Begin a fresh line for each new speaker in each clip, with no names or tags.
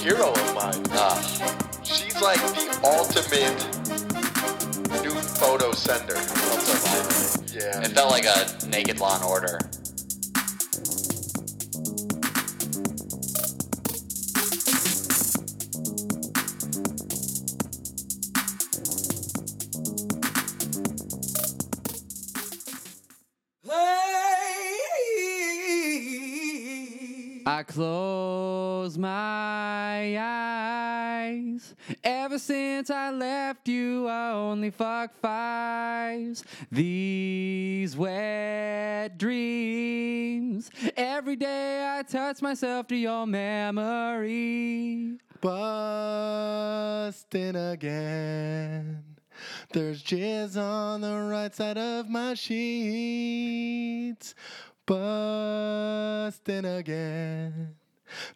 hero of mine. She's like the ultimate nude photo sender.
It
Yeah.
felt like a naked Law and Order.
I close my eyes. Ever since I left you, I only fuck fives. These wet dreams. Every day I touch myself to your memory.
Busting again. There's jizz on the right side of my sheets. Busting again.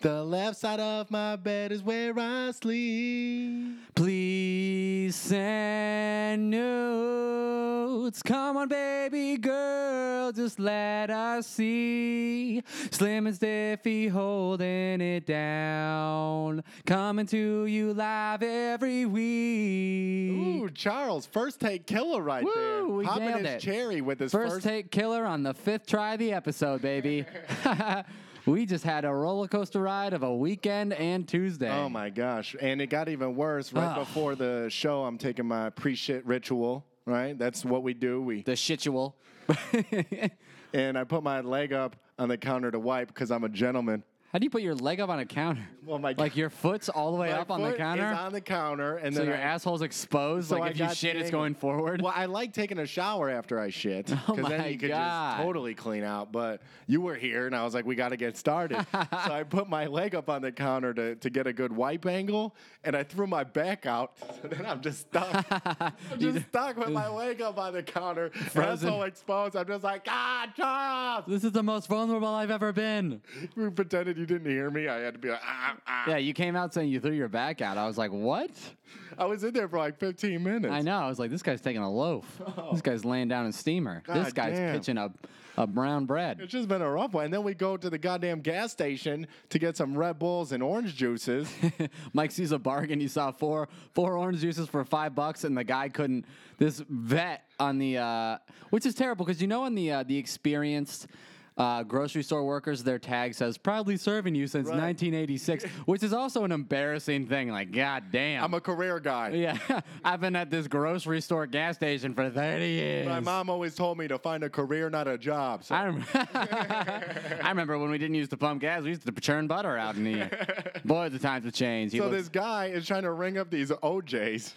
The left side of my bed is where I sleep.
Please send nudes. Come on, baby girl, just let us see. Slim and Stiffy holding it down. Coming to you live every week.
Ooh, Charles, first take killer right
Woo,
there.
we
Popping
nailed
his
it.
cherry with his
first,
first,
take killer on the fifth try of the episode, baby. we just had a roller coaster ride of a weekend and Tuesday.
Oh my gosh. And it got even worse right
Ah.
before the show. I'm taking my pre shit ritual, right? That's what we do. We
The shitual.
and I put my leg up on the counter to wipe because I'm a gentleman.
How do you put your leg up on a counter?
Well, my-
like your foot's all the way
My
up on the
foot
counter,
Is on the counter, and
so
then
your
I-
asshole's exposed.
so I
like if you
got
shit,
the
it's
angle.
going forward. Oh
Well, I like taking a shower after I shit because
my
then you could
God.
just totally clean out. But you were here, and I was like, we got to get started. so I put my leg up on the counter to, to get a good wipe angle, and I threw my back out. So then I'm just stuck. I'm just stuck with my leg up on the counter,
Frozen.
asshole exposed. I'm just like, ah, Charles.
This is the most vulnerable I've ever been.
We pretended you didn't hear me. I had to be like, ah, ah.
Yeah, you came out saying you threw your back out. I was like, what?
I was in there for like 15 minutes.
I know. I was like, this guy's taking a loaf. This guy's laying down in steamer. this
Oh. God
guy's
damn.
pitching a, a brown bread.
It's just been a rough one. And then we go to the goddamn gas station to get some Red Bulls and orange juices.
Mike sees a bargain. He saw four four orange juices for five bucks, and the guy couldn't. This vet on the, uh, which is terrible because you know on the uh, the experienced. Uh, grocery store workers, their tag says "proudly serving you since 1986," which is also an embarrassing thing. Like, god damn,
I'm a career guy.
yeah, I've been at this grocery store gas station for 30 years.
My mom always told me to find a career, not a job. So
I, rem- I remember when we didn't use the pump gas; we used to churn butter out in here. Boy, the times have changed. He
so
looks-
this guy is trying to ring up these OJs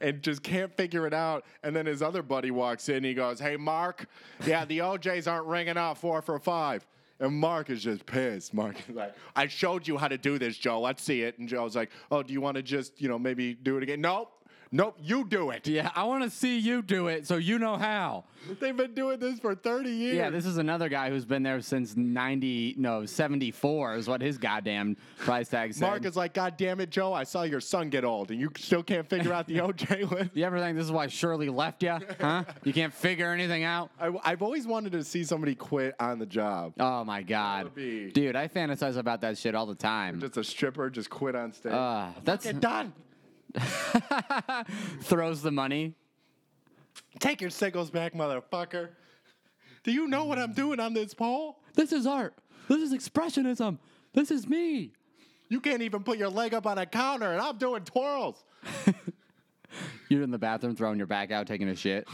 and just can't figure it out. And then his other buddy walks in. he goes, Hey, Mark, yeah, the OJs aren't ringing out four for five. And Mark is just pissed. Mark is like, I showed you how to do this, Joe. Let's see it. And Joe's like, Oh, do you want to just, you know, maybe do it again? Nope. Nope. You do it.
Yeah, I want to see you do it so you know how.
They've been doing this for 30 years.
Yeah, this is another guy who's been there since 90, no, 74 is what his goddamn price tag said.
Mark is like, God damn it, Joe, I saw your son get old and you still can't figure out the OJ list.
you ever think this is why Shirley left you? Huh? you can't figure anything out?
I, I've always wanted to see somebody quit on the job.
Oh my God.
would be-
Dude, I fantasize about that shit all the time.
Just a stripper, just quit on stage.
Uh, that's
Get done.
throws the money.
Take your singles back, motherfucker. Do you know what I'm doing on this pole?
This is art. This is expressionism. This is me.
You can't even put your leg up on a counter and I'm doing twirls.
You're in the bathroom throwing your back out, taking a shit.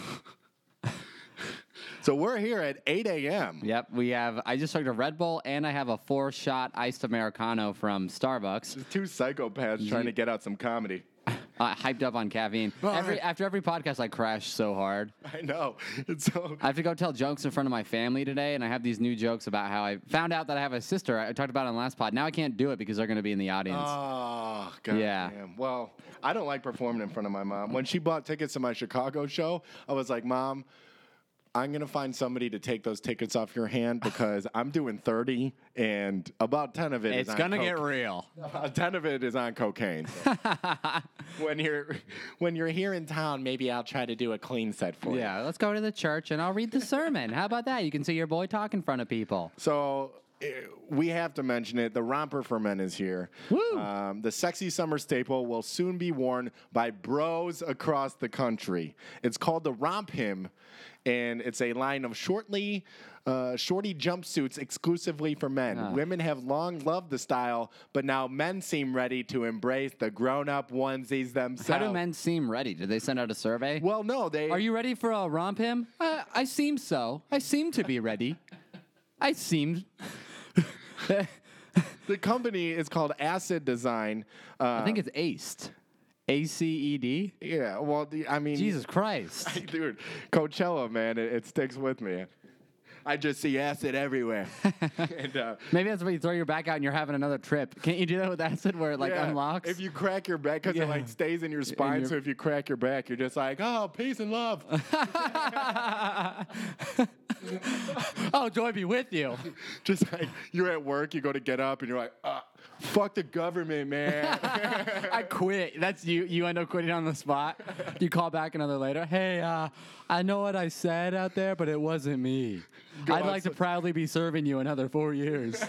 So we're here at 8 a.m.
Yep, we have. I just took a Red Bull, and I have a four-shot iced americano from Starbucks.
Two psychopaths trying to get out some comedy.
uh, hyped up on caffeine. Every after every podcast, I crash so hard.
I know. And so
I have to go tell jokes in front of my family today, and I have these new jokes about how I found out that I have a sister. I I talked about it on last pod. Now I can't do it because they're going to be in the audience.
Oh god
Yeah.
damn. Well, I don't like performing in front of my mom. When she bought tickets to my Chicago show, I was like, Mom, I'm gonna find somebody to take those tickets off your hand because I'm doing 30 and about 10 of it is
it's
on
going to get
coke.
real.
about 10 of it is on cocaine. so. when you're when you're here in town, maybe I'll try to do a clean set for you.
Yeah, let's go to the church and I'll read the sermon. How about that? You can see your boy talk in front of people.
So eh, we have to mention it. The romper for men is here.
Woo!
Um, the sexy summer staple will soon be worn by bros across the country. It's called the Romp Him, and it's a line of shortly, uh, shorty jumpsuits exclusively for men.
Ah.
Women have long loved the style, but now men seem ready to embrace the grown-up onesies themselves.
How do men seem ready? Did they send out a survey?
Well, no, they
Are you ready for a romp him? Uh, I seem so. I seem to be ready. I seem. I
The company is called Acid Design. Uh,
think it's aced. A C E D.
yeah. Well, the, I mean,
Jesus Christ.
dude, Coachella, man, it, it sticks with me. I just see acid everywhere. and, uh,
Maybe that's why you throw your back out and you're having another trip. Can't you do that with acid where it like
yeah,
unlocks?
If you crack your back, because
Yeah.
it like stays in your spine.
your-
So if you crack your back, you're just like, oh, peace and love.
oh, joy be with you.
just like you're at work, you go to get up, and you're like, ah, fuck the government, man.
I quit. That's you. You end up quitting on the spot. You call back another later. Hey, uh, I know what I said out there, but it wasn't me.
Go
I'd
on,
like to
so-
proudly be serving you another four years.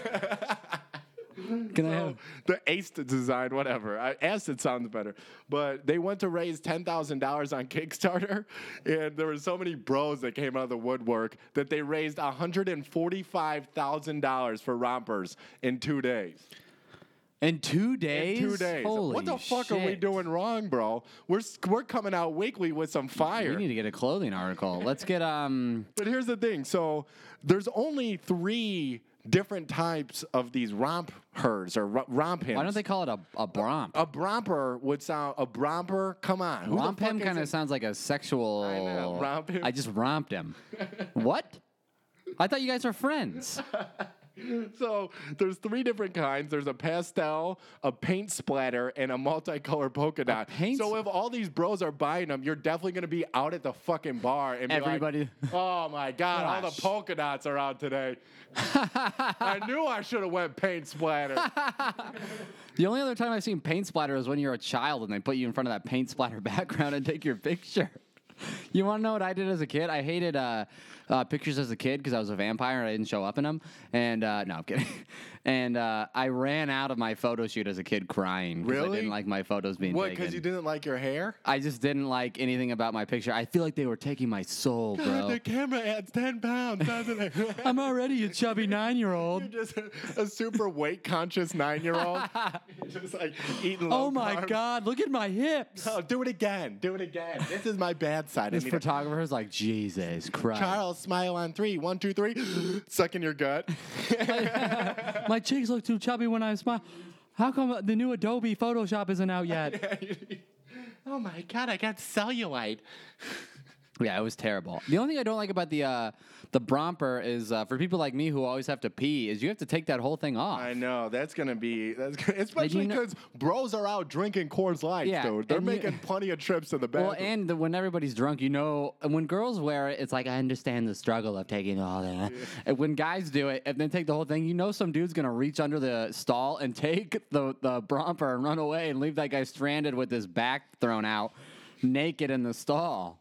Can I have?
the ace design, whatever. I, acid sounds better. But they went to raise ten thousand dollars on Kickstarter, and there were so many bros that came out of the woodwork that they raised hundred and forty-five thousand dollars for rompers in two days.
In two days.
In two days.
Holy
what the fuck are we
shit.
doing wrong, bro? We're s- we're coming out weekly with some fire.
We need to get a clothing article. Let's get um.
But here's the thing. So there's only three different types of these romp hers or ro- romp hymns.
Why don't they call it a a bromp?
A bromper would sound a bromper. Come on, Oh, who the
Romp him
fuck is
kind
it?
of sounds like a sexual. I
know, romp him.
I just romped him. what? I thought you guys were friends.
So there's three different kinds. There's a pastel, a paint splatter, and a multicolored polka dot.
paint
so
spl-
if all these bros are buying them, you're definitely gonna be out at the fucking bar and be like,
Everybody-
oh my god, all the
Gosh.
polka dots are out today. I knew I should have went paint splatter.
The only other time I've seen paint splatter is when you're a child and they put you in front of that paint splatter background and take your picture. You want to know what I did as a kid? I hated uh, uh, pictures as a kid because I was a vampire and I didn't show up in them. And uh, no, I'm kidding. And uh, I ran out of my photo shoot as a kid crying because I
Really?
didn't like my photos being
what?
taken.
Because you didn't like your hair?
I just didn't like anything about my picture. I feel like they were taking my soul, bro.
the camera adds ten pounds, doesn't it?
I'm already a chubby nine-year-old.
You're just a, a super weight conscious nine year old. just like eating. low
Oh my
carb.
god, look at my hips.
Oh, do it again. Do it again. This is my bad side. I
This
need to-
photographer's like, Jesus Christ.
Charles, smile on three. One, two, three. Suck in your gut.
My cheeks look too chubby when I smile. How come the new Adobe Photoshop isn't out yet?
oh my God, I got cellulite.
yeah, it was terrible. The only thing I don't like about the uh, the Bromper is uh, for people like me who always have to pee is you have to take that whole thing off.
I know that's gonna be that's gonna, especially
know-
because bros are out drinking Coors Lights,
Yeah,
dude. They're
and you-
making plenty of trips to the bathroom.
Well, and the, when everybody's drunk, you know, and when girls wear it, it's like I understand the struggle of taking all that. And when guys do it and then take the whole thing, you know, some dude's gonna reach under the stall and take the the bromper and run away and leave that guy stranded with his back thrown out, naked in the stall.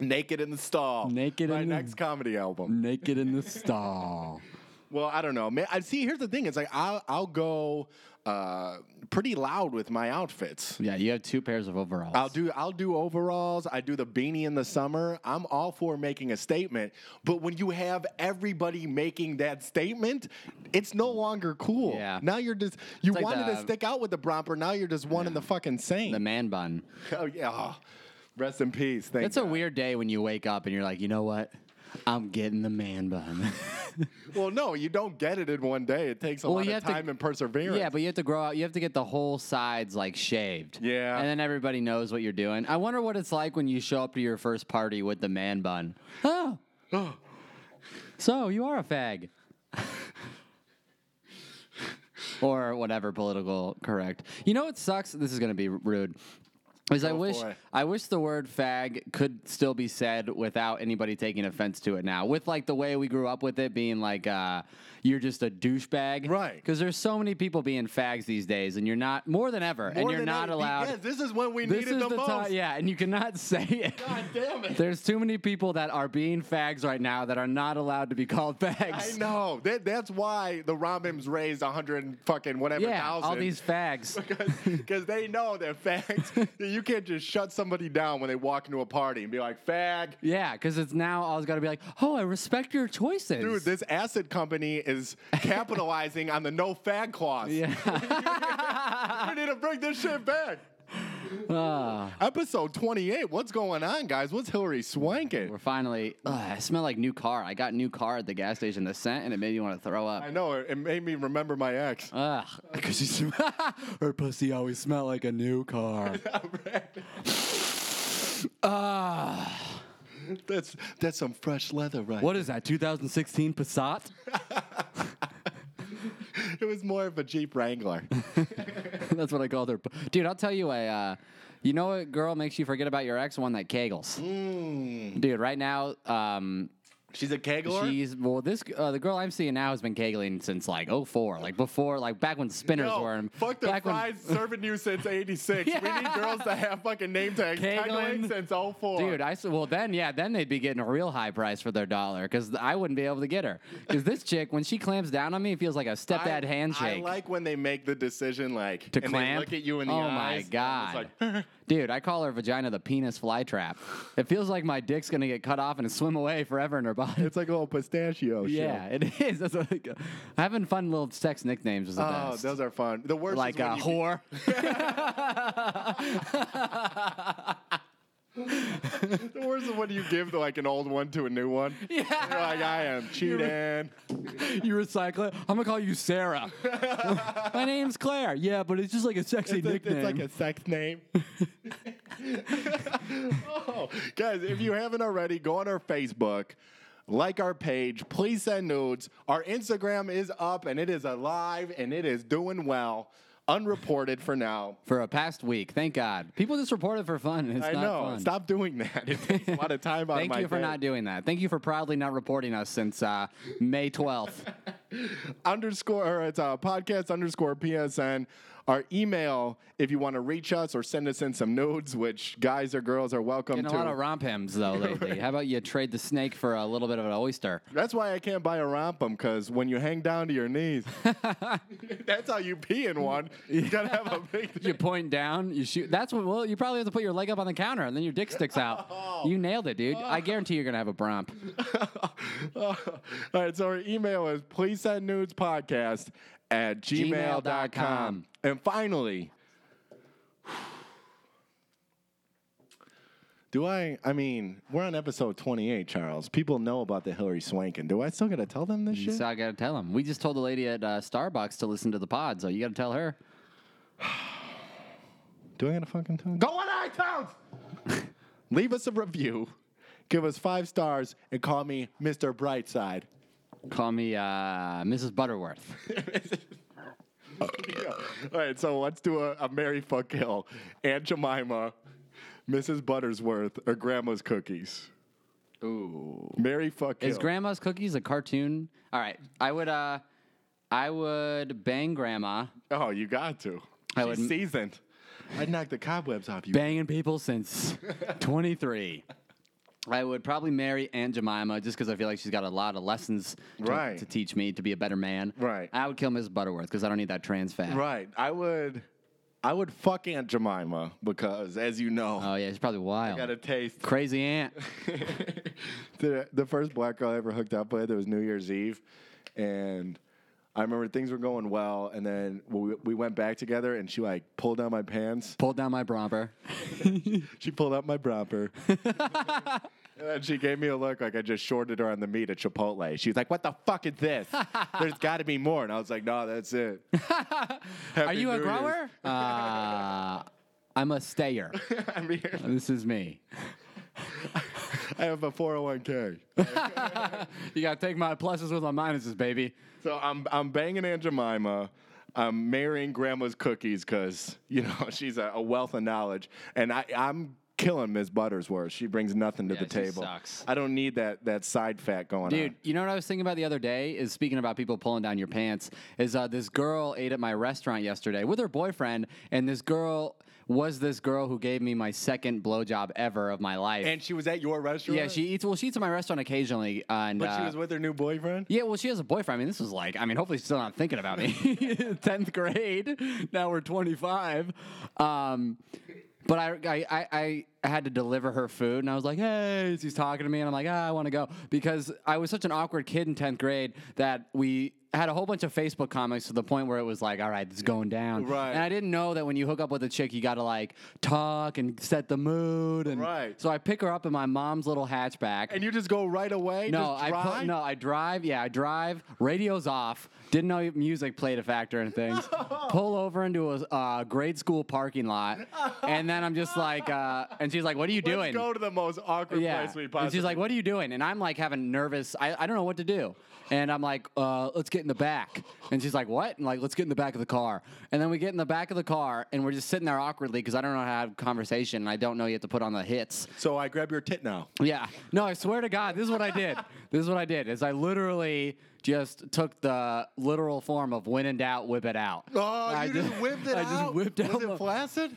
naked in the stall.
Naked
My
in the-
next comedy album.
Naked in the stall.
Well, I don't know. Man, I see. Here's the thing. It's like I'll, I'll go uh, pretty loud with my outfits.
Yeah, you have two pairs of overalls.
I'll do I'll do overalls. I do the beanie in the summer. I'm all for making a statement, but when you have everybody making that statement, it's no longer cool.
Yeah.
Now you're just you
like
wanted
the-
to stick out with the bromper. Now you're just one in the fucking
the
same.
man bun.
oh yeah. Oh, rest in peace. Thank
It's a
God.
weird day when you wake up and you're like, you know what? I'm getting the man bun.
Well, no, you don't get it in one day. It takes a
Well,
lot
you
of
have to-
time and perseverance.
yeah, but you have to grow out. You have to get the whole sides like shaved.
Yeah.
And then everybody knows what you're doing. I wonder what it's like when you show up to your first party with the man bun. Oh. so you are a fag. or whatever political correct. You know what sucks? This is going to be rude. Because I
Go
wish
for it.
I wish the word fag could still be said without anybody taking offense to it now. With like the way we grew up with it being like uh, you're just a douchebag.
Right.
Because there's so many people being fags these days and you're not more than ever and
More
you're
than
not
any-
allowed
Yes, this is when we
this
needed
is
the, most.
time, yeah, and you cannot say it.
God damn it.
There's too many people that are being fags right now that are not allowed to be called
I
fags.
know. That, that's why the Rambams raised a hundred and fucking whatever
Yeah,
thousand.
all these fags.
because they know that fags. you can't just shut somebody down when they walk into a party and be like, "Fag,
Yeah, because it's now always got to be like, oh, I respect your choices.
dude." This acid company is capitalizing on the no fag clause.
yeah.
We need to bring this shit back.
Ah.
Episode 28. What's going on, guys? What's Hillary swanking?
We're finally. Ugh, I smell like new car. I got new car at the gas station. The scent and it made me want to throw up.
I know it, it made me remember my ex.
Ugh, because she sm- her pussy always smelled like a new car.
Oh,
Ah,
That's that's some fresh leather, right?
what is that? 2016 Passat?
It was more of a Jeep Wrangler.
That's what I called her. Dude, I'll tell you a. Uh, you know what girl makes you forget about your ex? One that kegels.
Mm.
Dude, right now, um,
She's a kegler.
she's well. This uh, the girl I'm seeing now has been kegling since like '04, like before, like back when spinners
No,
were. in-
fuck the
back when-
fries serving you since 86.
Yeah.
We need girls to have fucking name tags.
Kegling.
Kegling since 04.
Dude, I s- well then yeah, then they'd be getting a real high price for their dollar because I wouldn't be able to get her because this chick when she clamps down on me, it feels like a stepdad handshake.
I like when they make the decision like
to
and
clamp.
They look at you in the
oh
eyes.
my god,
And it's like,
dude! I call her vagina the penis flytrap. It feels like my dick's gonna get cut off and swim away forever in her body.
it's like a little pistachio.
yeah, it is. That's what I go- having fun little sex nicknames is the
Oh,
best.
those are fun. The worst
like
is when
a
you-
whore.
The worst is when you give like an old one to a new one. Yeah. You're like, I am cheating.
you recycle it. I'm gonna call you Sarah. my name's Claire. Yeah, but it's just like a sexy
It's, like- it's
nickname.
like a sex name. oh, guys, if you haven't already, go on our Facebook, like our page, please send nudes. Our Instagram is up and it is alive and it is doing well. Unreported for now.
for a past week. Thank God. People just report it for fun. and It's
I
not
know.
fun.
Stop doing that. It takes a lot of time out of
Thank
my
you for
day.
not doing that. Thank you for proudly not reporting us since uh, May 12th.
underscore or it's uh, podcast underscore psn our email if you want to reach us or send us in some nudes which guys or girls are welcome
Getting a
to
lot of romp hems though lately. How about you trade the snake for a little bit of an oyster?
that's why i can't buy a rompum because when you hang down to your knees that's how you pee in one you gotta have a big
You point down, you shoot. That's what. Well, you probably have to put your leg up on the counter, and then your dick sticks out.
Oh.
You nailed it, dude. I guarantee you're gonna have a bromp.
all right so our email is please send nudes podcast at gmail.com,
gmail.com.
and finally Do I? I mean, we're on episode 28, Charles. People know about the Hillary Swankin. Do I still gotta tell them this shit?
So I gotta tell him. We just told the lady at uh, Starbucks to listen to the pod, so you gotta tell her.
Do I gotta fucking tell them? Go on iTunes. Leave us a review, give us five stars, and call me Mr. Brightside.
Call me uh, Mrs. Butterworth.
All right, so let's do a, a Mary Fuck Kill. Aunt Jemima, Mrs. Buttersworth, or Grandma's Cookies. Ooh. Mary Fuck Kill.
Is Grandma's Cookies a cartoon? All right, I would. Uh, I would bang Grandma,
oh, you got to.
I
She's
wouldn't-
seasoned. I'd knock the cobwebs off you.
banging people since 23. I would probably marry Aunt Jemima just because I feel like she's got a lot of lessons to,
Right.
to teach me to be a better man.
Right.
I would kill Mrs. Butterworth because I don't need that trans fat.
Right. I would I would fuck Aunt Jemima because as you know,
Oh yeah, she's probably wild.
got a taste.
Crazy aunt.
the, the first black girl I ever hooked up with, it was New Year's Eve. And I remember things were going well. And then we, we went back together and she like pulled down my pants.
Pulled down my bromper.
She pulled out my romper. and then she gave me a look like I just shorted her on the meat at Chipotle. She was like, what the fuck is this? There's got to be more. And I was like, no, that's it.
Are
Happy
you a
New Year's.
grower? Uh, I'm a stayer.
I'm here.
This is me.
I have a 401k.
You gotta take my pluses with my minuses, baby.
So I'm I'm banging Aunt Jemima. I'm marrying grandma's cookies because you know she's a, a wealth of knowledge, and I, I'm killing Ms. Buttersworth. She brings nothing to
Yeah,
the
she
table.
sucks.
I don't need that that side fat going
Dude,
on.
you know what I was thinking about the other day is speaking about people pulling down your pants. Is uh, this girl ate at my restaurant yesterday with her boyfriend, and this girl was this girl who gave me my second blowjob ever of my life.
And she was at your restaurant.
yeah, she eats. Well, she eats at my restaurant occasionally, uh, and
But she
uh,
was with her new boyfriend.
Yeah, well, she has a boyfriend. I mean, this was like, I mean, hopefully she's still not thinking about me. 10th grade. Now we're 25. Um, but I, I, I- I, I had to deliver her food, and I was like, hey, she's talking to me, and I'm like, ah, I want to go. Because I was such an awkward kid in 10th grade that we had a whole bunch of Facebook comments to the point where it was like, all right, this is going down.
Right.
And I didn't know that when you hook up with a chick, you got to like talk and set the mood. And
Right.
So I pick her up in my mom's little hatchback.
And you just go right away.
No,
just
I
drive?
put, no, I drive. Yeah, I drive. Radio's off. Didn't know music played a factor in things. Pull over into a uh, grade school parking lot, and then I'm just like, uh, and she's like, "What are you
Let's
doing?"
go to the most awkward
yeah,
place we possibly.
and she's like, "What are you doing?" And I'm like having nervous. I, I don't know what to do, and I'm like, uh, "Let's get in the back." And she's like, "What?" And like, "Let's get in the back of the car." And then we get in the back of the car, and we're just sitting there awkwardly because I don't know how to have a conversation, and I don't know you have to put on the hits.
So I grab your tit now.
Yeah. No, I swear to God, this is what I did. this is what I did. Is I literally just took the literal form of when in doubt, whip it out.
Oh,
I
you just whipped it
I just
out?
whipped
Was
out.
it
my-
flaccid?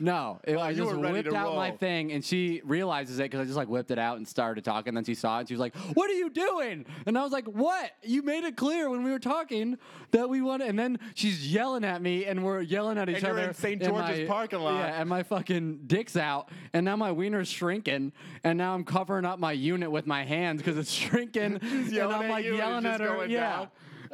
No, it, I
you
just
were ready
whipped
to
out my
roll.
thing, and she realizes it because I just like whipped it out and started talking. Then she saw it, and she was like, "What are you doing?" And I was like, "What? You made it clear when we were talking that we want." And then she's yelling at me, and we're yelling at each
you're
other
in St.
and
George's
my-
parking lot.
Yeah, and my fucking dick's out, and now my wiener's shrinking, and now I'm covering up my unit with my hands because it's shrinking, and
yelling
I'm
at
like
you and
yelling at
just
her.
going
yeah.
down.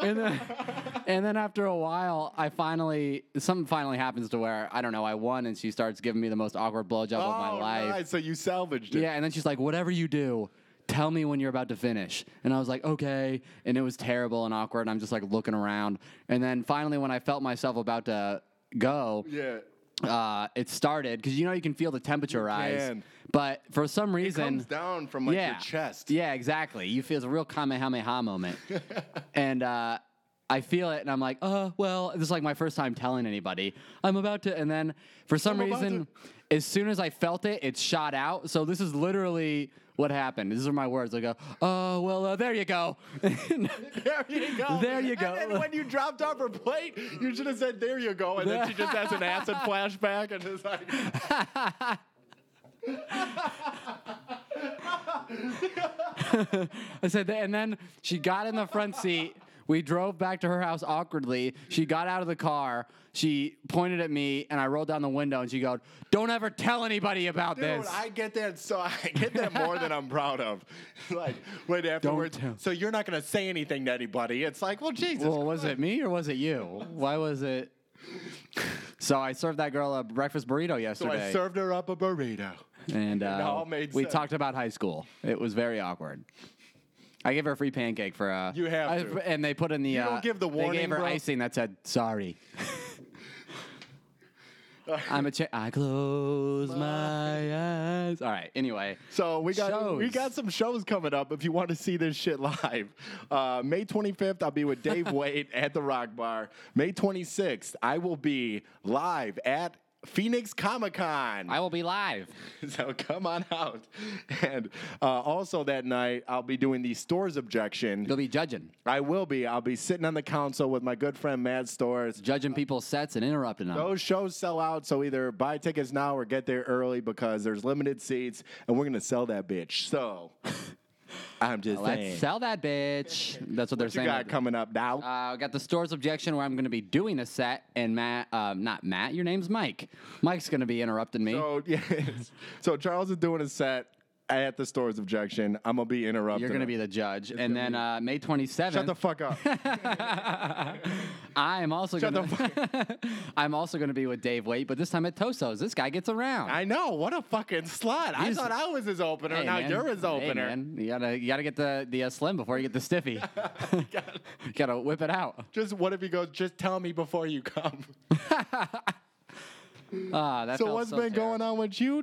And then, and then after a while, I finally something finally happens to where I don't know. I won, and she starts giving me the most awkward blowjob of my
Oh,
life.
right, So you salvaged it.
Yeah, and then she's like, "Whatever you do, tell me when you're about to finish." And I was like, "Okay." And it was terrible and awkward. And I'm just like looking around, and then finally, when I felt myself about to go,
Yeah.
uh, it started because you know you can feel the temperature rise.
can.
But for some
It
reason,
comes down from like your chest.
yeah, exactly. You feel it's a real Kamehameha moment. and uh, I feel it, and I'm like, uh, well, this is like my first time telling anybody. I'm about to, and then for some
I'm about
reason, as soon as I felt it, it shot out. So this is literally what happened. These are my words. I go, oh, well, uh, there you go.
There you go.
There you go.
And then when you dropped off her plate, you should have said, "There you go," and then she just has an acid flashback and is like,
I said that, and then she got in the front seat. We drove back to her house awkwardly. She got out of the car. She pointed at me, and I rolled down the window, and she go, "Don't ever tell anybody about
"Dude,
this."
I get that. So I get that more than I'm proud of." like, wait afterwards.
tell.
So you're not gonna say anything to anybody. It's like, well, Jesus.
well, was it me or was it you? Why was it? So I served that girl a breakfast burrito
so
yesterday,
I served her up a burrito.
and uh,
all made
we
sense.
talked about high school. It was very awkward. I gave her a free pancake for uh,
You have
I-
to.
and they put in the
don't
uh,
give the
They
warning,
gave her
bro.
icing that said sorry. I'm a cha- I close my eyes. All right. Anyway,
So we got we
Shows.
got some shows coming up. If you want to see this shit live, uh, May 25th I'll be with Dave Wade at the Rock Bar. May 26th I will be live at Phoenix Comic Con.
I will be live.
so come on out. And uh, also that night I'll be doing the stores objection.
You'll be judging,
I will be. I'll be sitting on the council with my good friend Matt Stores.
judging people's sets and interrupting them.
Those shows sell out, so either buy tickets now or get there early because there's limited seats, and we're gonna sell that bitch. So I'm just saying.
Let's sell that bitch. That's what they're
you
saying.
got coming up now.
Uh, I got the store's objection where I'm going to be doing a set, and Matt, um, not Matt, your name's Mike. Mike's going to be interrupting me.
so yes. So Charles is doing a set at the store's objection. I'm gonna be interrupted.
You're going to be the judge. and then uh, May 27th.
shut the fuck up.
I am also
Shut
going to. I'm also going to be with Dave Waite, but this time at Toso's. This guy gets around.
I know what a fucking slut. I
He's-
thought I was his opener.
Hey,
now
man.
you're his
Hey,
opener.
man. You gotta you gotta get the the uh, slim before you get the stiffy. gotta whip it out.
Just what if he goes? Just tell me before you come.
Ah, that
so
felt
what's
so
been
terrible.
going on with you,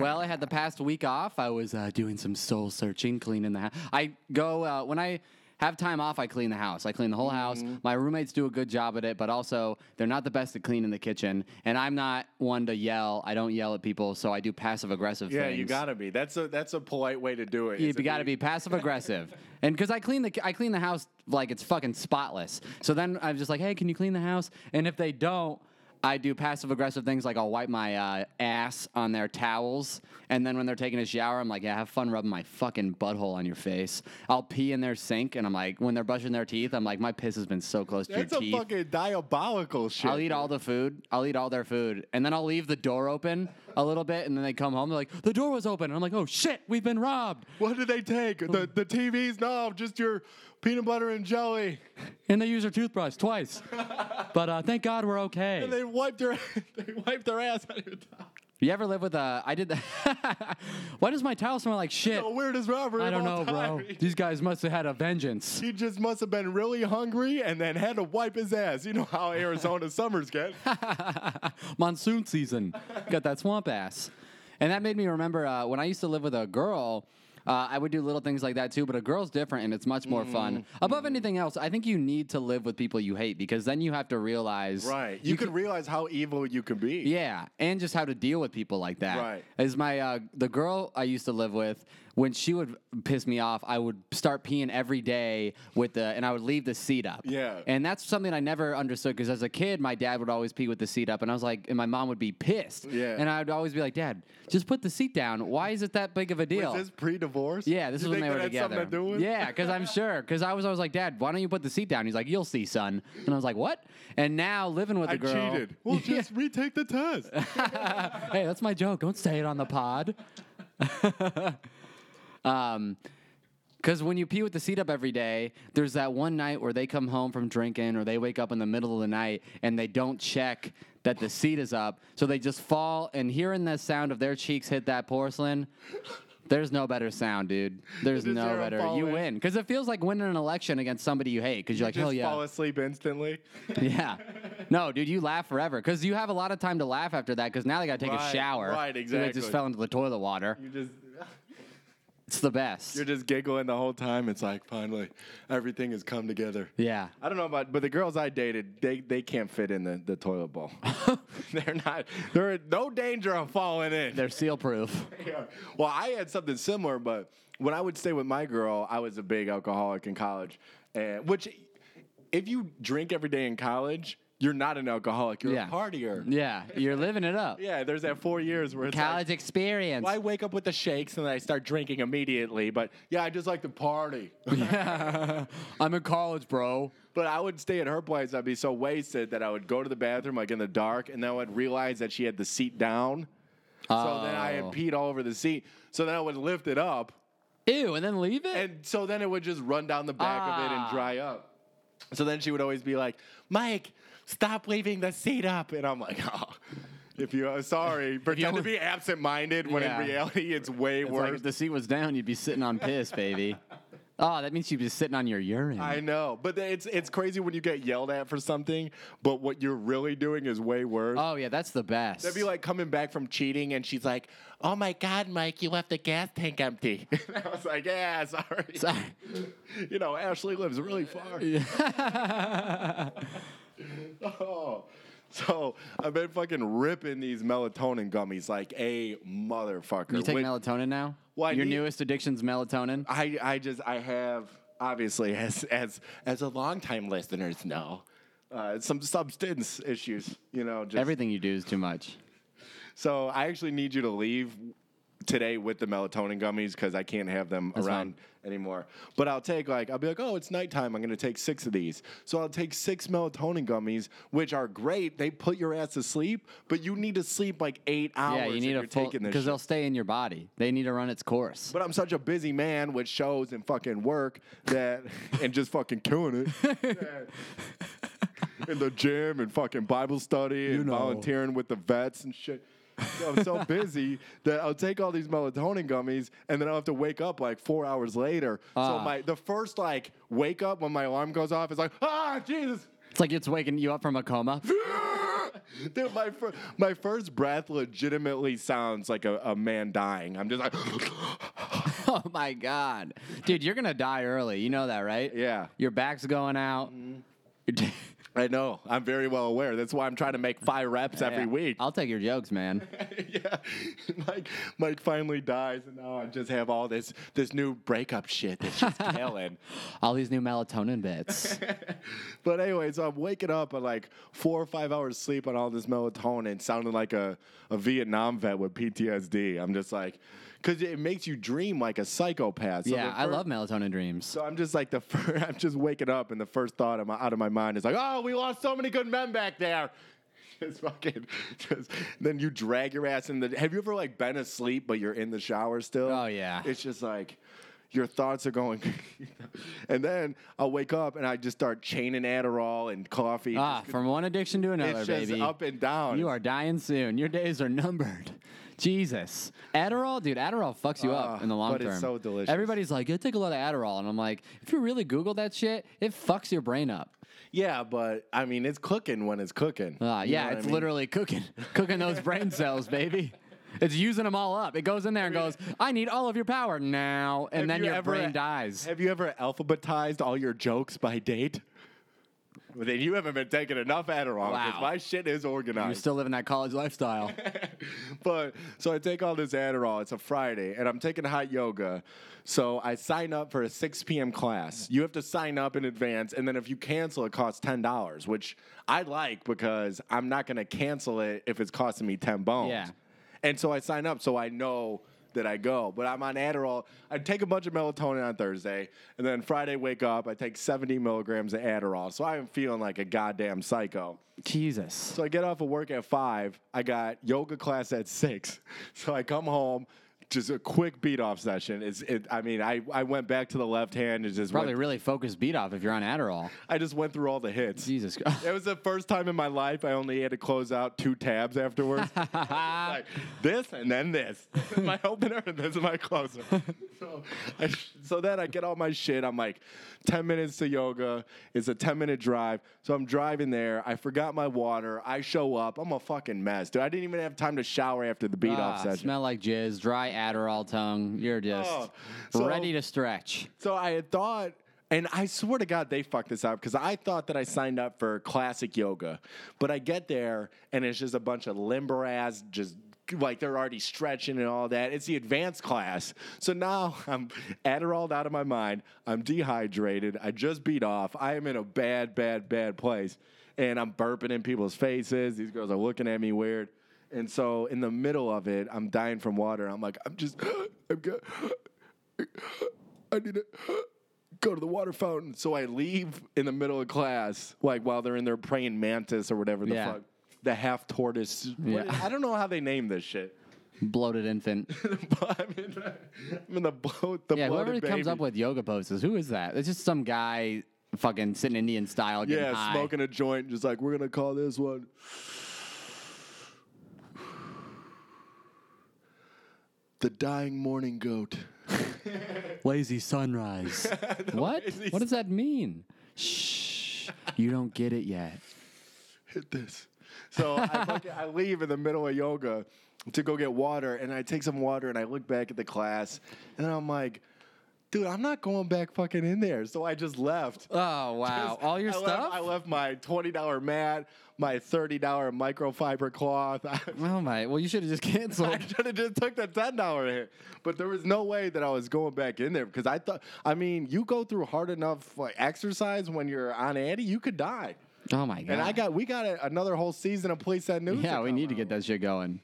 Well, I had the past week off. I was uh, doing some soul searching, cleaning the house. I go uh, when I have time off, I clean the house. I clean the whole house.
Mm-hmm.
My roommates do a good job at it, but also they're not the best at cleaning the kitchen. And I'm not one to yell. I don't yell at people, so I do passive aggressive
Yeah,
things.
you gotta be. That's a that's a polite way to do it.
You
is if
got to be passive aggressive, and because I clean the I clean the house like it's fucking spotless. So then I'm just like, hey, can you clean the house? And if they don't, I do passive aggressive things like I'll wipe my uh, ass on their towels, and then when they're taking a shower, I'm like, yeah, have fun rubbing my fucking butthole on your face. I'll pee in their sink, and I'm like, when they're brushing their teeth, I'm like, my piss has been so close to
That's
your
a
teeth.
fucking diabolical shit.
I'll eat all the food. I'll eat all their food, and then I'll leave the door open a little bit, and then they come home. They're like, the door was open, and I'm like, oh shit, we've been robbed.
What did they take? The
Mm.
the TVs? No, just your peanut butter and jelly.
And they use their toothbrush twice. but uh, thank God we're okay.
And they wiped their they wiped their ass on your towel.
you ever live with a? I did that. Why does my towel smell like shit?
The weirdest robbery.
I
of
don't know,
all
bro.
time.
These guys must have had a vengeance.
He just must have been really hungry and then had to wipe his ass. You know how Arizona summers get.
Monsoon season. Got that swamp ass. And that made me remember uh, when I used to live with a girl. Uh, I would do little things like that too, but a girl's different and it's much more fun.
Mm-hmm.
Above anything else, I think you need to live with people you hate because then you have to realize
Right. You, can, realize how evil you can be.
Yeah, and just how to deal with people like that.
Right.
As my uh, the girl I used to live with, when she would piss me off, I would start peeing every day with the, and I would leave the seat up.
Yeah.
And that's something I never understood because as a kid, my dad would always pee with the seat up, and I was like, and my mom would be pissed.
Yeah.
And I'd always be like, Dad, just put the seat down. Why is it that big of a deal?
Was this pre-divorce?
Yeah, this
You
is when
think
they
that
were
had
together.
Something to do with?
Yeah, because I'm sure. Because I was always like, Dad, why don't you put the seat down? He's like, You'll see, son. And I was like, What? And now living with
I
a girl,
cheated. Well,
Yeah.
just retake the test.
hey, that's my joke. Don't say it on the pod. um, because when you pee with the seat up every day, there's that one night where they come home from drinking or they wake up in the middle of the night and they don't check that the seat is up. So they just fall, and hearing the sound of their cheeks hit that porcelain. There's no better sound, dude. There's
just hear
no
'em
better.
fall
You
in.
win because it feels like winning an election against somebody you hate. Because you're like,
just
hell yeah,
fall asleep instantly.
yeah. No, dude, you laugh forever because you have a lot of time to laugh after that because now they got to take a
Right,
shower.
right,
So They
exactly.
just fell into the toilet water.
You just
It's the best.
you're just giggling the whole time. It's like finally everything has come together.
yeah.
I don't know about, but the girls I dated, they, they can't fit in the, the toilet bowl. they're not, they're in no danger of falling in.
They're seal proof.
Yeah. Well, I had something similar, but when I would stay with my girl, I was a big alcoholic in college, and which, if you drink every day in college, you're not an alcoholic. You're
Yeah.
a partier.
Yeah. You're living it up.
Yeah, there's that four years where it's
College
Like,
experience.
well, I wake up with the shakes and then I start drinking immediately. But yeah, I just like to party.
I'm in college, bro.
But I would stay at her place. I'd be so wasted that I would go to the bathroom like in the dark, and then I would realize that she had the seat down. So then I had
Oh.
peed all over the seat. So then I would lift it up,
Ew, and then leave it?
and so then it would just run down the back of it and
Ah.
dry up. So then she would always be like, "Mike, stop leaving the seat up," and I'm like, "Oh." If you are sorry, pretend to
only-
be absent-minded when
Yeah.
in reality it's way
it's like
worse.
if the seat was down, you'd be sitting on piss, baby. Oh, that means you'd be sitting on your urine.
I know, but it's it's crazy when you get yelled at for something, but what you're really doing is way worse.
oh, yeah, that's the best.
That'd be like coming back from cheating, and she's like, "Oh my God, Mike, you left the gas tank empty." and I was like, "Yeah, sorry."
Sorry.
You know, Ashley lives really far. oh. So I've been fucking ripping these melatonin gummies like a motherfucker.
you take
With-
melatonin now?
Well, I
Your
need-
newest addiction's melatonin?
I I just I have obviously as as as a longtime listeners know. Uh, some substance issues, you know. Just,
Everything you do is too much.
So I actually need you to leave today with the melatonin gummies because I can't have them
That's
around anymore. But I'll take like I'll be like, oh, it's nighttime. I'm gonna take six of these. So I'll take six melatonin gummies, which are great. They put your ass to sleep, but you need to sleep like eight hours.
Yeah, you
if
need
you're
a full
taking this
because
shit.
they'll stay in your body. They need to run its course.
But I'm such a busy man with shows and fucking work that, and just fucking killing it. in the gym and fucking Bible study and
know.
volunteering with the vets and shit. So I'm so busy that I'll take all these melatonin gummies and then I'll have to wake up like four hours later. so
Ah.
my the first like wake up when my alarm goes off is like ah Jesus.
It's like it's waking you up from a coma.
Dude, my, fir- my first breath legitimately sounds like a, a man dying. I'm just like,
Oh my god, dude, you're gonna die early. You know that, right?
Yeah. Mm-hmm.
Your back's going out. Your t-
I know. I'm very well aware. That's why I'm trying to make five reps every
Yeah.
week.
I'll take your jokes, man.
yeah. Mike Mike finally dies and now I just have all this this new breakup shit that's just killing.
All these new melatonin bits.
But anyway, so I'm waking up at like four or five hours sleep on all this melatonin, sounding like a, a Vietnam vet with PTSD. I'm just like, because it makes you dream like a psychopath. So
yeah,
the
I
first-
love melatonin dreams.
So I'm just like the first, I'm just waking up, and the first thought I'm out of my mind is like, oh, we lost so many good men back there. Just fucking, just then you drag your ass in the. Have you ever like been asleep but you're in the shower still?
Oh, yeah.
It's just like your thoughts are going, and then I'll wake up and I just start chaining Adderall and coffee.
Ah,
Just-
from one addiction to another,
it's just
baby.
up and down.
You are dying soon. Your days are numbered. Jesus. Adderall, dude, Adderall fucks you up
Ah,
in the long
but it's
term.
so delicious.
Everybody's like, you take a lot of Adderall. And I'm like, if you really Google that shit, it fucks your brain up.
yeah, but I mean it's cooking when it's cooking.
Ah,
You
yeah,
know what I
it's
mean?
literally cooking, cooking those brain cells, baby. It's using them all up. It goes in there and goes, I need all of your power now. And
Have
then
you
your
ever-
brain dies.
Have you ever alphabetized all your jokes by date? Well, then you haven't been taking enough Adderall because
Wow.
my shit is
You're
organized.
still living that college lifestyle.
but so I take all this Adderall. It's a Friday, and I'm taking hot yoga. So I sign up for a 6 p.m. class. You have to sign up in advance, and then if you cancel, it costs ten dollars, which I like because I'm not going to cancel it if it's costing me ten bones.
Yeah.
And so I sign up so I know that I go. But I'm on Adderall. I take a bunch of melatonin on Thursday, and then Friday wake up. I take 70 milligrams of Adderall, so I'm feeling like a goddamn psycho.
Jesus.
So I get off of work at five. I got yoga class at six. So I come home, just a quick beat off session. It's, it, I mean, I, I went back to the left hand and just
Probably
went,
really focused beat off if you're on Adderall.
I just went through all the hits.
Jesus.
It was the first time in my life I only had to close out two tabs afterwards. like this and then this. This is my opener and this is my closer. so, I, so then I get all my shit. I'm like, 10 minutes to yoga. It's a 10 minute drive. So I'm driving there. I forgot my water. I show up. I'm a fucking mess, dude. I didn't even have time to shower after the beat off
Ah,
session.
Smell like jizz, dry Adderall tongue. You're just
Oh, so-
ready to stretch.
So I had thought, and I swear to God, they fucked this up because I thought that I signed up for classic yoga, but I get there and it's just a bunch of limber ass, just like they're already stretching and all that. It's the advanced class. So now I'm Adderall out of my mind. I'm dehydrated. I just beat off. I am in a bad, bad, bad place. And I'm burping in people's faces. These girls are looking at me weird. And so in the middle of it, I'm dying from water. I'm like, I'm just, I'm good. I need to go to the water fountain. So I leave in the middle of class, like while they're in there praying mantis or whatever the
Yeah.
fuck. The half tortoise. what-
Yeah.
I don't know how they name this shit.
Bloated infant.
But I'm in the, I'm in the bloat. The
Yeah, whoever
bloated
comes
baby.
up with yoga poses, who is that? It's just some guy fucking sitting Indian style getting
yeah,
high.
smoking a joint, just like we're gonna call this one. The dying morning goat.
Lazy sunrise. what?
lazy
What does that mean? Shh. You don't get it yet.
hit this. So I, fucking, I leave in the middle of yoga to go get water, and I take some water, and I look back at the class, and I'm like, dude, I'm not going back fucking in there. So I just left.
Oh wow! All your
I left-
stuff.
I left my twenty dollar mat, my thirty dollar microfiber cloth. I,
oh my! Well, you should have just canceled.
I should have just took that ten dollar hit, but there was no way that I was going back in there because I thought. I mean, you go through hard enough like, exercise when you're on Addy, you could die.
oh my god!
And I got we got a, another whole season of Police That News.
Yeah, we
come
need to
out.
get that shit going.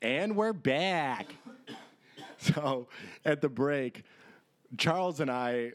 And we're back. so at the break, Charles and I,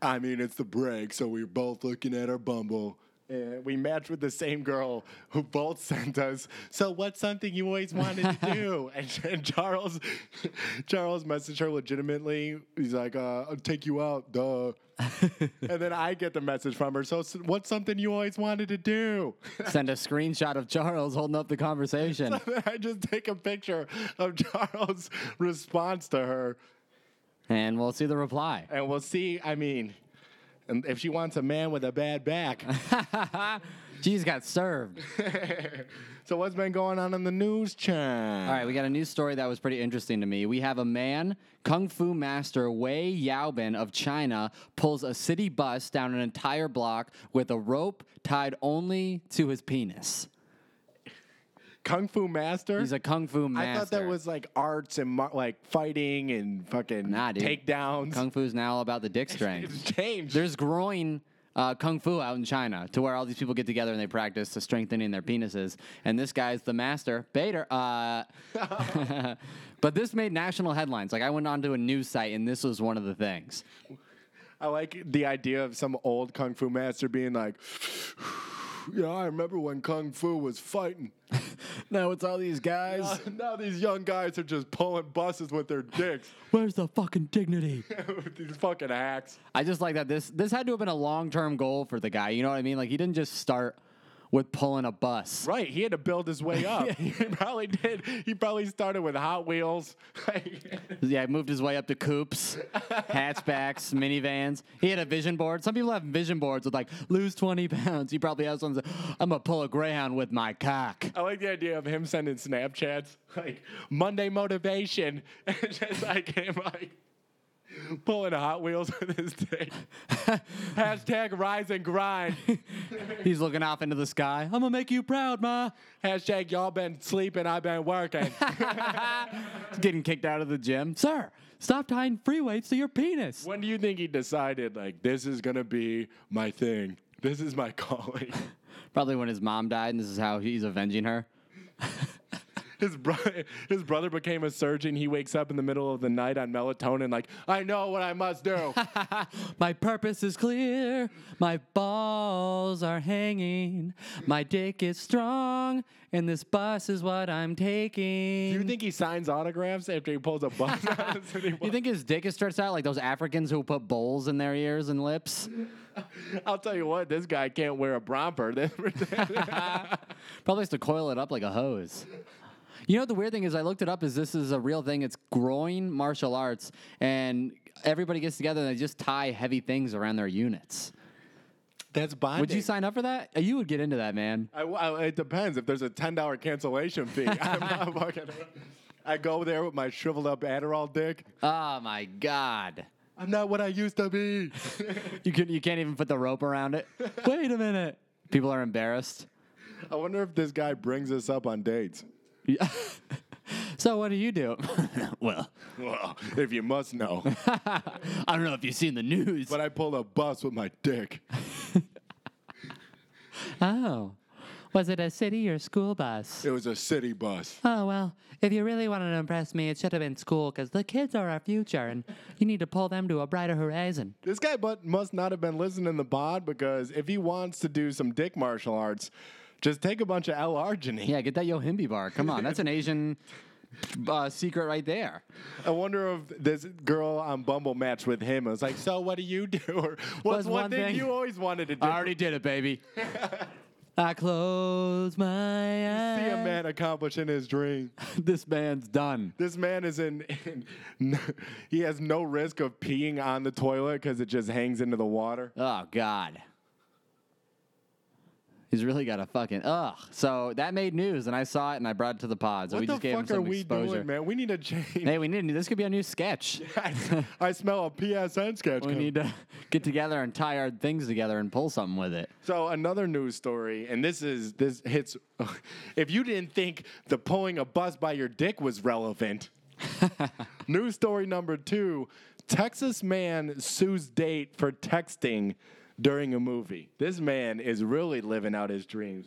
I mean, it's the break, so we're both looking at our Bumble. And we matched with the same girl who both sent us. So what's something you always wanted to do? And, and Charles, Charles messaged her legitimately. He's like, uh, "I'll take you out, duh." and then I get the message from her. So s- what's something you always wanted to do?
Send a screenshot of Charles holding up the conversation.
I just take a picture of Charles' response to her,
and we'll see the reply.
and we'll see. I mean, and if she wants a man with a bad back.
She's got served.
so what's been going on in the news, Chan?
All right, we got a news story that was pretty interesting to me. We have a man, kung fu master Wei Yaobin of China, pulls a city bus down an entire block with a rope tied only to his penis.
Kung Fu Master.
He's a kung fu master.
I thought that was like arts and mar- like fighting and fucking
Nah, dude.
takedowns.
kung fu's now all about the dick
it's
strength.
changed.
There's growing uh, kung fu out in China to where all these people get together and they practice to strengthening their penises. And this guy's the master, Bader. Uh, but this made national headlines. Like I went onto a news site and this was one of the things.
I like the idea of some old Kung Fu Master being like, "Yeah, I remember when Kung Fu was fighting.
Now it's all these guys.
Now, now these young guys are just pulling buses with their dicks.
Where's the fucking dignity?
these fucking hacks.
I just like that this this had to have been a long term goal for the guy. You know what I mean? Like he didn't just start with pulling a bus.
Right, he had to build his way up. He probably did. He probably started with Hot Wheels.
Yeah, he moved his way up to coupes, hatchbacks, minivans. He had a vision board. Some people have vision boards with like lose twenty pounds. He probably has ones. that, I'm gonna pull a greyhound with my cock.
I like the idea of him sending Snapchats like Monday motivation, and just like him like pulling Hot Wheels with his dick. Hashtag rise and grind.
He's looking off into the sky. I'm gonna make you proud, ma.
Hashtag y'all been sleeping, I've been working.
He's getting kicked out of the gym, sir. Stop tying free weights to your penis.
when do you think he decided like this is gonna be my thing? This is my calling.
Probably when his mom died, and this is how he's avenging her.
His brother, his brother became a surgeon. He wakes up in the middle of the night on melatonin, like I know what I must do.
My purpose is clear. My balls are hanging. My dick is strong. And this bus is what I'm taking.
Do you think he signs autographs after he pulls a bus? out of the city
You think his dick is stretched out like those Africans who put bowls in their ears and lips?
I'll tell you what, this guy can't wear a romper.
Probably has to coil it up like a hose. You know what the weird thing is? I looked it up. Is this is a real thing? It's growing martial arts, and everybody gets together and they just tie heavy things around their units.
That's bonding.
Would you sign up for that? You would get into that, man.
I, I- it depends. If there's a ten dollar cancellation fee, I'm not fucking. I go there with my shriveled up Adderall dick.
Oh my god.
I'm not what I used to be.
You can you can't even put the rope around it. Wait a minute. People are embarrassed.
I wonder if this guy brings us up on dates.
Yeah. so what do you do? well,
Well, if you must know,
I don't know if you've seen the news.
but I pulled a bus with my dick.
oh. Was it a city or school bus?
It was a city bus.
Oh well, if you really wanted to impress me, it should have been school because the kids are our future and you need to pull them to a brighter horizon.
This guy but must not have been listening to the pod because if he wants to do some dick martial arts, just take a bunch of L-arginine.
Yeah, get that Yohimbi bar. Come on, that's an Asian uh, secret right there.
I wonder if this girl on Bumble matched with him. I was like, so what do you do? Or what's
Was
one,
one
thing,
thing-
you always wanted to do?
I already did it, baby. I close my eyes.
see a man accomplishing his dream.
This man's done.
This man is in, in he has no risk of peeing on the toilet because it just hangs into the water.
Oh God. He's really got a fucking ugh. So that made news, and I saw it, and I brought it to the pod. So
what
we
the
just gave him
fuck
some
are we
exposure.
doing, man? We need to change.
Hey, we need to, this could be a new sketch.
I, I smell a PSN sketch.
We
coming.
need to get together and tie our things together and pull something with it.
So another news story, and this is this hits. If you didn't think the pulling a bus by your dick was relevant, news story number two: Texas man sues date for texting during a movie. This man is really living out his dreams.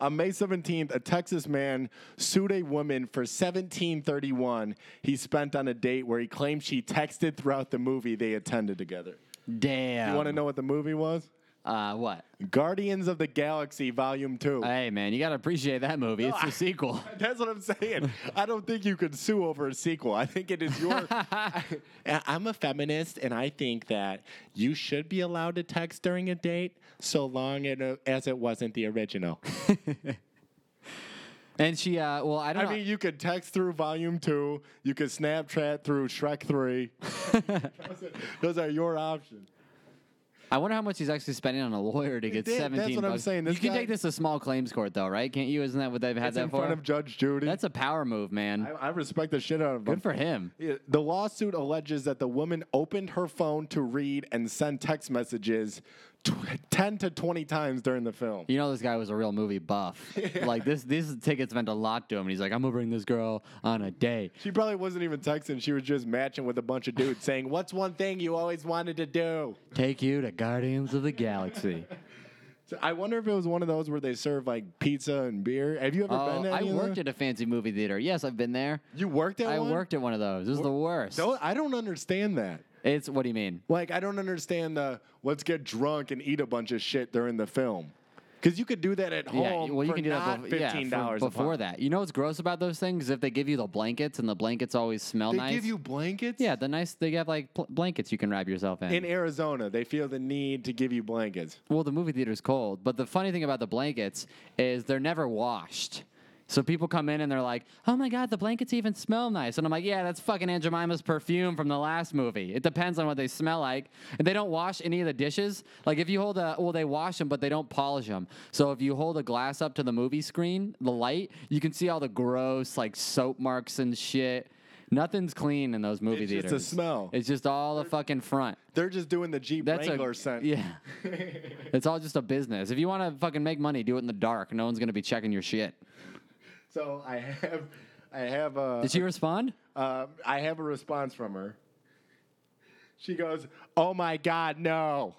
On May 17th, a Texas man sued a woman for 1731 he spent on a date where he claimed she texted throughout the movie they attended together.
Damn.
You want to know what the movie was?
Uh, what?
Guardians of the Galaxy Volume 2.
Hey, man, you got to appreciate that movie. It's the sequel.
That's what I'm saying. I don't think you could sue over a sequel. I think it is your. I, am a feminist, and I think that you should be allowed to text during a date, so long it, uh, as it wasn't the original.
And she, uh, well, I don't
I
know.
mean, you could text through Volume Two. You could Snapchat through Shrek Three. Those are- Those are your options.
I wonder how much he's actually spending on a lawyer to get
did. That's
17
what I'm
bucks.
saying. This
you can
guy-
take this to small claims court, though, right? Can't you? Isn't that what they've had
It's
that
in
for?
front of Judge Judy.
That's a power move, man.
I, I respect the shit out of him.
Good for him.
Yeah, The lawsuit alleges that the woman opened her phone to read and send text messages tw- 10 to 20 times during the film.
You know this guy was a real movie buff. Like this, these tickets meant a lot to him. And he's like, I'm gonna bring this girl on a date.
She probably wasn't even texting. She was just matching with a bunch of dudes saying, What's one thing you always wanted to do?
Take you to Guardians of the Galaxy.
So I wonder if it was one of those where they serve like pizza and beer. Have you ever
Oh,
been to
I
any of
worked
those?
at a fancy movie theater. Yes, I've been there.
You worked at
I
one?
worked at one of those. It was the worst.
Don't- I don't understand that.
It's what do you mean?
Like, I don't understand the let's get drunk and eat a bunch of shit during the film. Because you could do that at home.
well, you
for
can do that
not
before, yeah,
$15
for-
a
before
pop.
that. You know what's gross about those things is if they give you the blankets and the blankets always smell
They
nice.
give you blankets?
yeah, the nice they have like pl- blankets you can wrap yourself in.
In Arizona, they feel the need to give you blankets.
well, the movie theater's cold, but the funny thing about the blankets is they're never washed. So people come in and they're like, "Oh my god, the blankets even smell nice," and I'm like, "Yeah, that's fucking Aunt Jemima's perfume from the last movie. It depends on what they smell like, and they don't wash any of the dishes. Like if you hold a, well, they wash them, but they don't polish them. So if you hold a glass up to the movie screen, the light, you can see all the gross like soap marks and shit. Nothing's clean in those movie
It's just a
theaters.
smell.
It's just all the fucking front.
They're just doing the Jeep
That's
Wrangler
a
scent.
yeah. it's all just a business. If you want to fucking make money, do it in the dark. No one's gonna be checking your shit.
So I have, I have a,
Did she respond?
uh, I have a response from her. She goes, "Oh my God, no!"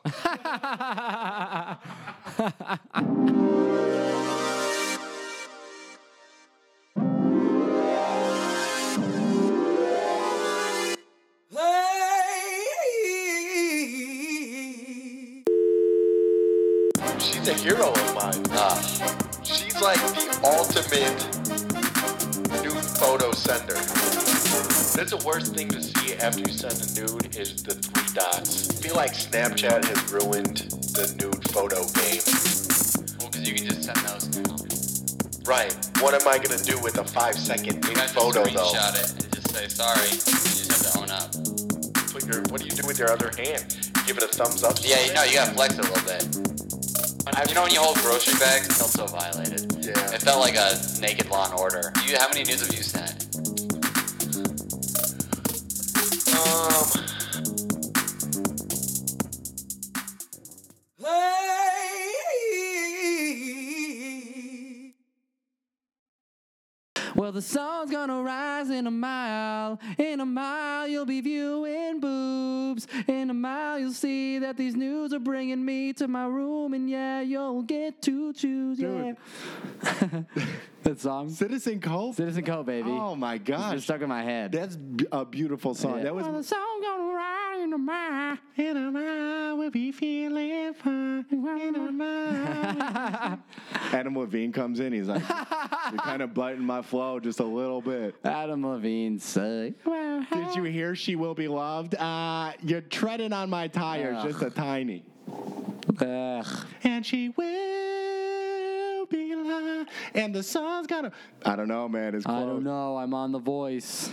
She's a hero of mine.
Uh,
She's like the ultimate nude photo sender.
that's the worst thing to see after you send a nude is the three
I
dots.
feel like Snapchat has ruined the nude photo game.
Well, because you can just send those now.
Right. What am I gonna do with a five second
You
nude
got to
photo though?
screenshot it and just say sorry. You just have to own up.
Put your, what do you do with your other hand? Give it a thumbs up.
Yeah, you know, you gotta flex it a little bit. you know when you hold grocery bags, it felt so violated.
Yeah.
It felt like a naked Law and Order. You, how many nudes have you sent?
Um,
Well, the sun's gonna rise in a mile. In a mile, you'll be viewing boobs. In a mile, you'll see that these nudes are bringing me to my room, and yeah, you'll get to choose. Yeah.
Dude.
that song,
Citizen Cole.
Citizen Co, baby.
Oh my
It's
gosh,
stuck in my head.
that's b- a beautiful song.
Yeah.
That was.
well, the sun's gonna rise in a mile.
In a mile, we'll be feeling fine. In a mile. Adam Levine comes in. He's like, "You're kind of biting my flow just a little bit."
Adam Levine suck.
Did you hear she will be loved? Uh, you're treading on my tires
Ugh.
just a tiny.
Ugh.
And she will be loved. And the song's gonna. I don't know, man. It's close.
I don't know. I'm on The Voice.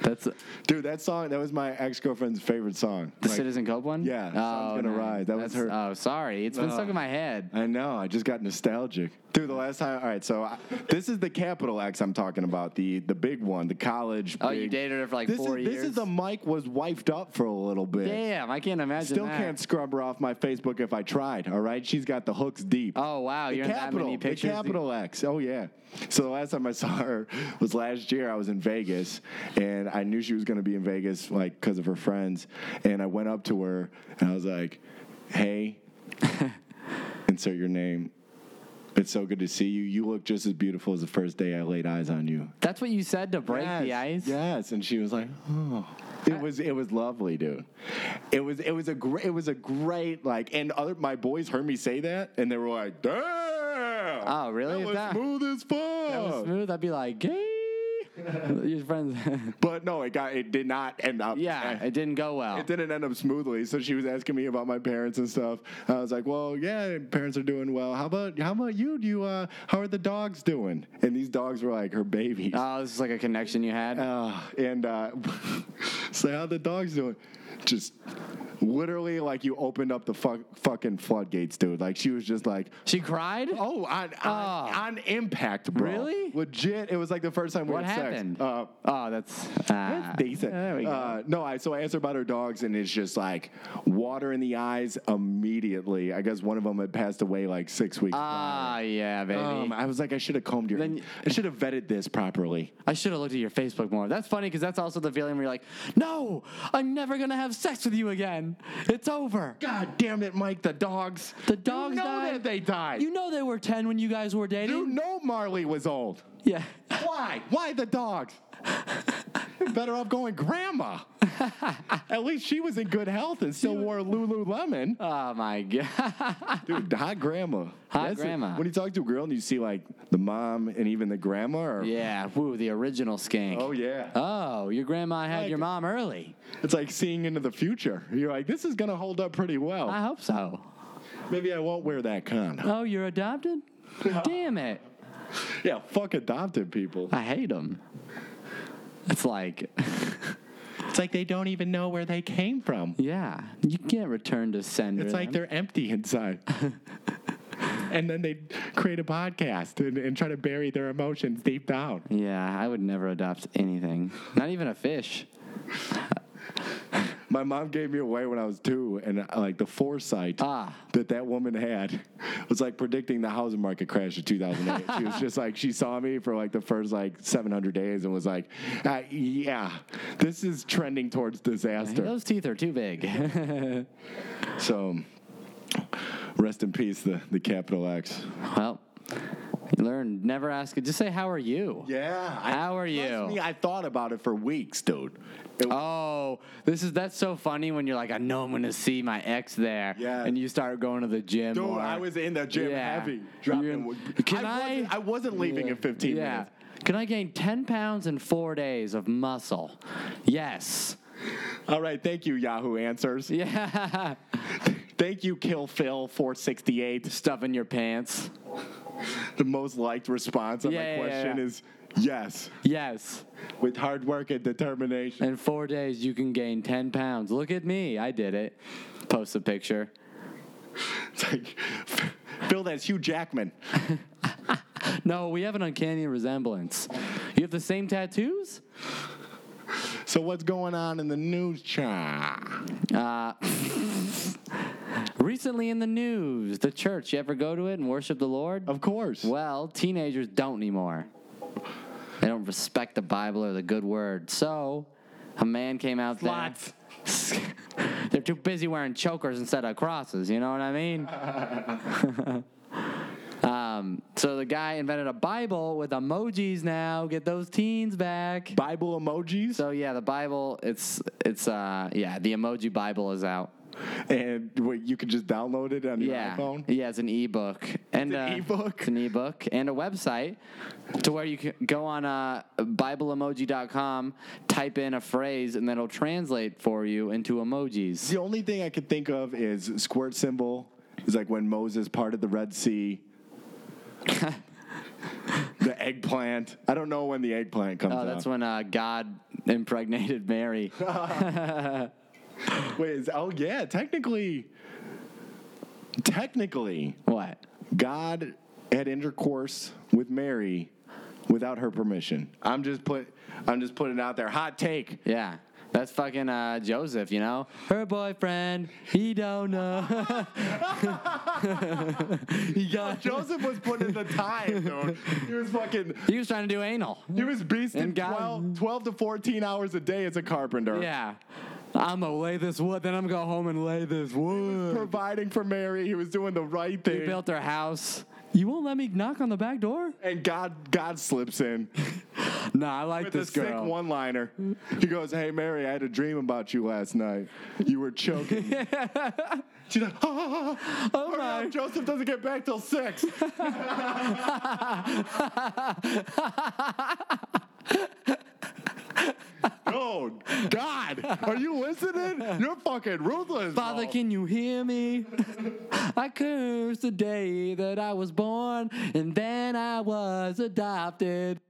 That's the
Dude, that song, that was my ex girlfriend's favorite song. Like,
Citizen Cope one.
Yeah, Sun's Gonna Rise. That was
That's-
her- Uh,
Oh, sorry. It's been stuck
Ugh.
in my head.
I know. I just got nostalgic. Dude, the last time. All right, so I, this is the capital X I'm talking about. The the big one, the college.
Oh, you
big-
dated her for like
this
four
is, This
years?
is the Mike was wifed up for a little bit.
Damn, I can't imagine.
Still
that.
can't scrub her off my Facebook if I tried. All right, she's got the hooks deep.
Oh wow,
The
you're in that
capital,
many
the
pictures.
capital X. Oh yeah. So the last time I saw her was last year. I was in Vegas, and I knew she was going to be in Vegas, like because of her friends. And I went up to her, and I was like, "Hey, insert your name." It's so good to see you. You look just as beautiful as the first day I laid eyes on you.
That's what you said to break the
Yes,
ice.
Yes, and she was like, "Oh, it was it was lovely, dude. It was it was a great it was a great like." And other my boys heard me say that, and they were like, "Damn!"
Oh, really?
That was
That-
smooth as fuck.
That was smooth. I'd be like, gay. Your friends.
But no, it got it did not end up.
yeah, it didn't go well.
It didn't end up smoothly. So she was asking me about my parents and stuff. I was like, "Well, yeah, parents are doing well. How about how about you? Do you uh, how are the dogs doing?" And these dogs were like her babies.
Oh, this is like a connection you had.
Uh, and uh, so how the dogs doing? Just literally like you opened up the fuck, fucking floodgates, dude. Like she was just like,
she cried?
oh, on on,
Ah.
on impact, bro.
Really?
Legit. It was like the first time we
What
had
happened?
sex. Uh,
Oh, that's. ah.
that's decent.
There we go.
Uh, no, I so I asked her about her dogs, and it's just like water in the eyes immediately. I guess one of them had passed away like six weeks.
Ah, yeah, baby.
prior. Um, I was like, I should have combed your.
Then-
I should have vetted this properly.
I should have looked at your Facebook more. That's funny because that's also the feeling where you're like, no, I'm never going to have sex with you again. It's over.
God damn it, Mike! The dogs.
The dogs
you know
died.
that they died.
You know they were 10 when you guys were dating.
You know Marley was old.
Yeah.
Why? Why the dogs? You're Better off going grandma. At least she was in good health and still wore Lululemon.
Oh, my God.
Dude, hot grandma.
Hot
it.
grandma.
When you talk to a girl and you see like the mom and even the grandma, or,
yeah. Woo, the original skank.
oh yeah,
Oh, your grandma had
Like-
your mom early.
it's like seeing into the future. You're like, this is gonna hold up pretty well.
I hope so.
Maybe I won't wear that condom.
Oh, you're adopted? Damn it.
yeah, fuck adopted people.
I hate them. It's like,
It's like they don't even know where they came from.
yeah, you can't return to sender.
It's like
them.
they're empty inside. and then they create a podcast and, and try to bury their emotions deep down.
Yeah, I would never adopt anything. Not even a fish.
My mom gave me away when I was two, and uh, like the foresight
Ah.
that that woman had was like predicting the housing market crash of 2008. she was just like, she saw me for like the first like 700 days and was like, uh, yeah, this is trending towards disaster.
Those teeth are too big.
So rest in peace, the, the capital X.
well, learn never ask it. Just say how are you?
Yeah.
How are you?
Trust me, I thought about it for weeks, dude. It-
Oh, this is that's so funny when you're like, I know I'm gonna see my ex there,
Yeah.
and you start going to the gym.
Dude,
or-
I was in the gym
Oh, Yeah.
heavy. Dropping.
You're-
I
Can I?
Wasn't, I wasn't leaving in 15
yeah.
minutes.
Can I gain 10 pounds in four days of muscle? Yes.
All right, thank you, Yahoo Answers.
Yeah.
Thank you, Kill Phil 468.
Stuff in your pants.
The most liked response on
Yeah, yeah,
my question
yeah.
is yes,
Yes.
with hard work and determination.
In four days, you can gain 10 pounds. Look at me. I did it. Post a picture.
It's like, Phil, that's Hugh Jackman.
No, we have an uncanny resemblance. You have the same tattoos?
So what's going on in the news, cha?
Recently in the news, the church. You ever go to it and worship the Lord?
Of course.
Well, teenagers don't anymore. They don't respect the Bible or the good word. So, a man came out there. They're too busy wearing chokers instead of crosses. You know what I mean? um, so the guy invented a Bible with emojis. Now get those teens back.
Bible emojis
So yeah, the Bible. It's it's uh yeah the emoji Bible is out.
and wait, you can just download it on your
Yeah,
iPhone.
yeah, it's an ebook and
It's an
uh,
ebook?
It's an ebook and a website to where you can go on uh, BibleEmoji.com, type in a phrase, and then it'll translate for you into emojis.
The only thing I could think of is squirt symbol. Is like when Moses parted the Red Sea. the eggplant. I don't know when the eggplant comes
Oh,
out.
that's when uh, God impregnated Mary.
Wait, is, oh yeah, technically, technically,
what?
God had intercourse with Mary without her permission. I'm just put. I'm just putting it out there. Hot take.
Yeah. That's fucking uh, Joseph, you know? Her boyfriend, he don't know. he got.
Joseph was putting in the time, dude. He was fucking.
He was trying to do anal.
He was beasting
And God-
12, 12 to 14 hours a day as a carpenter.
Yeah. I'm gonna lay this wood, then I'm gonna go home and lay this wood.
providing for Mary. He was doing the right thing.
He built her house. You won't let me knock on the back door?
And God, God slips in
Nah, I like
with
this
this a sick
girl.
one-liner. He goes, "Hey Mary, I had a dream about you last night. You were choking." She's like, "Oh,
Oh my!
Joseph doesn't get back till six.
Oh, God.
Are you listening?
You're fucking ruthless.
Father,
bro.
can you hear me? I cursed the day that I was born, and then I was adopted.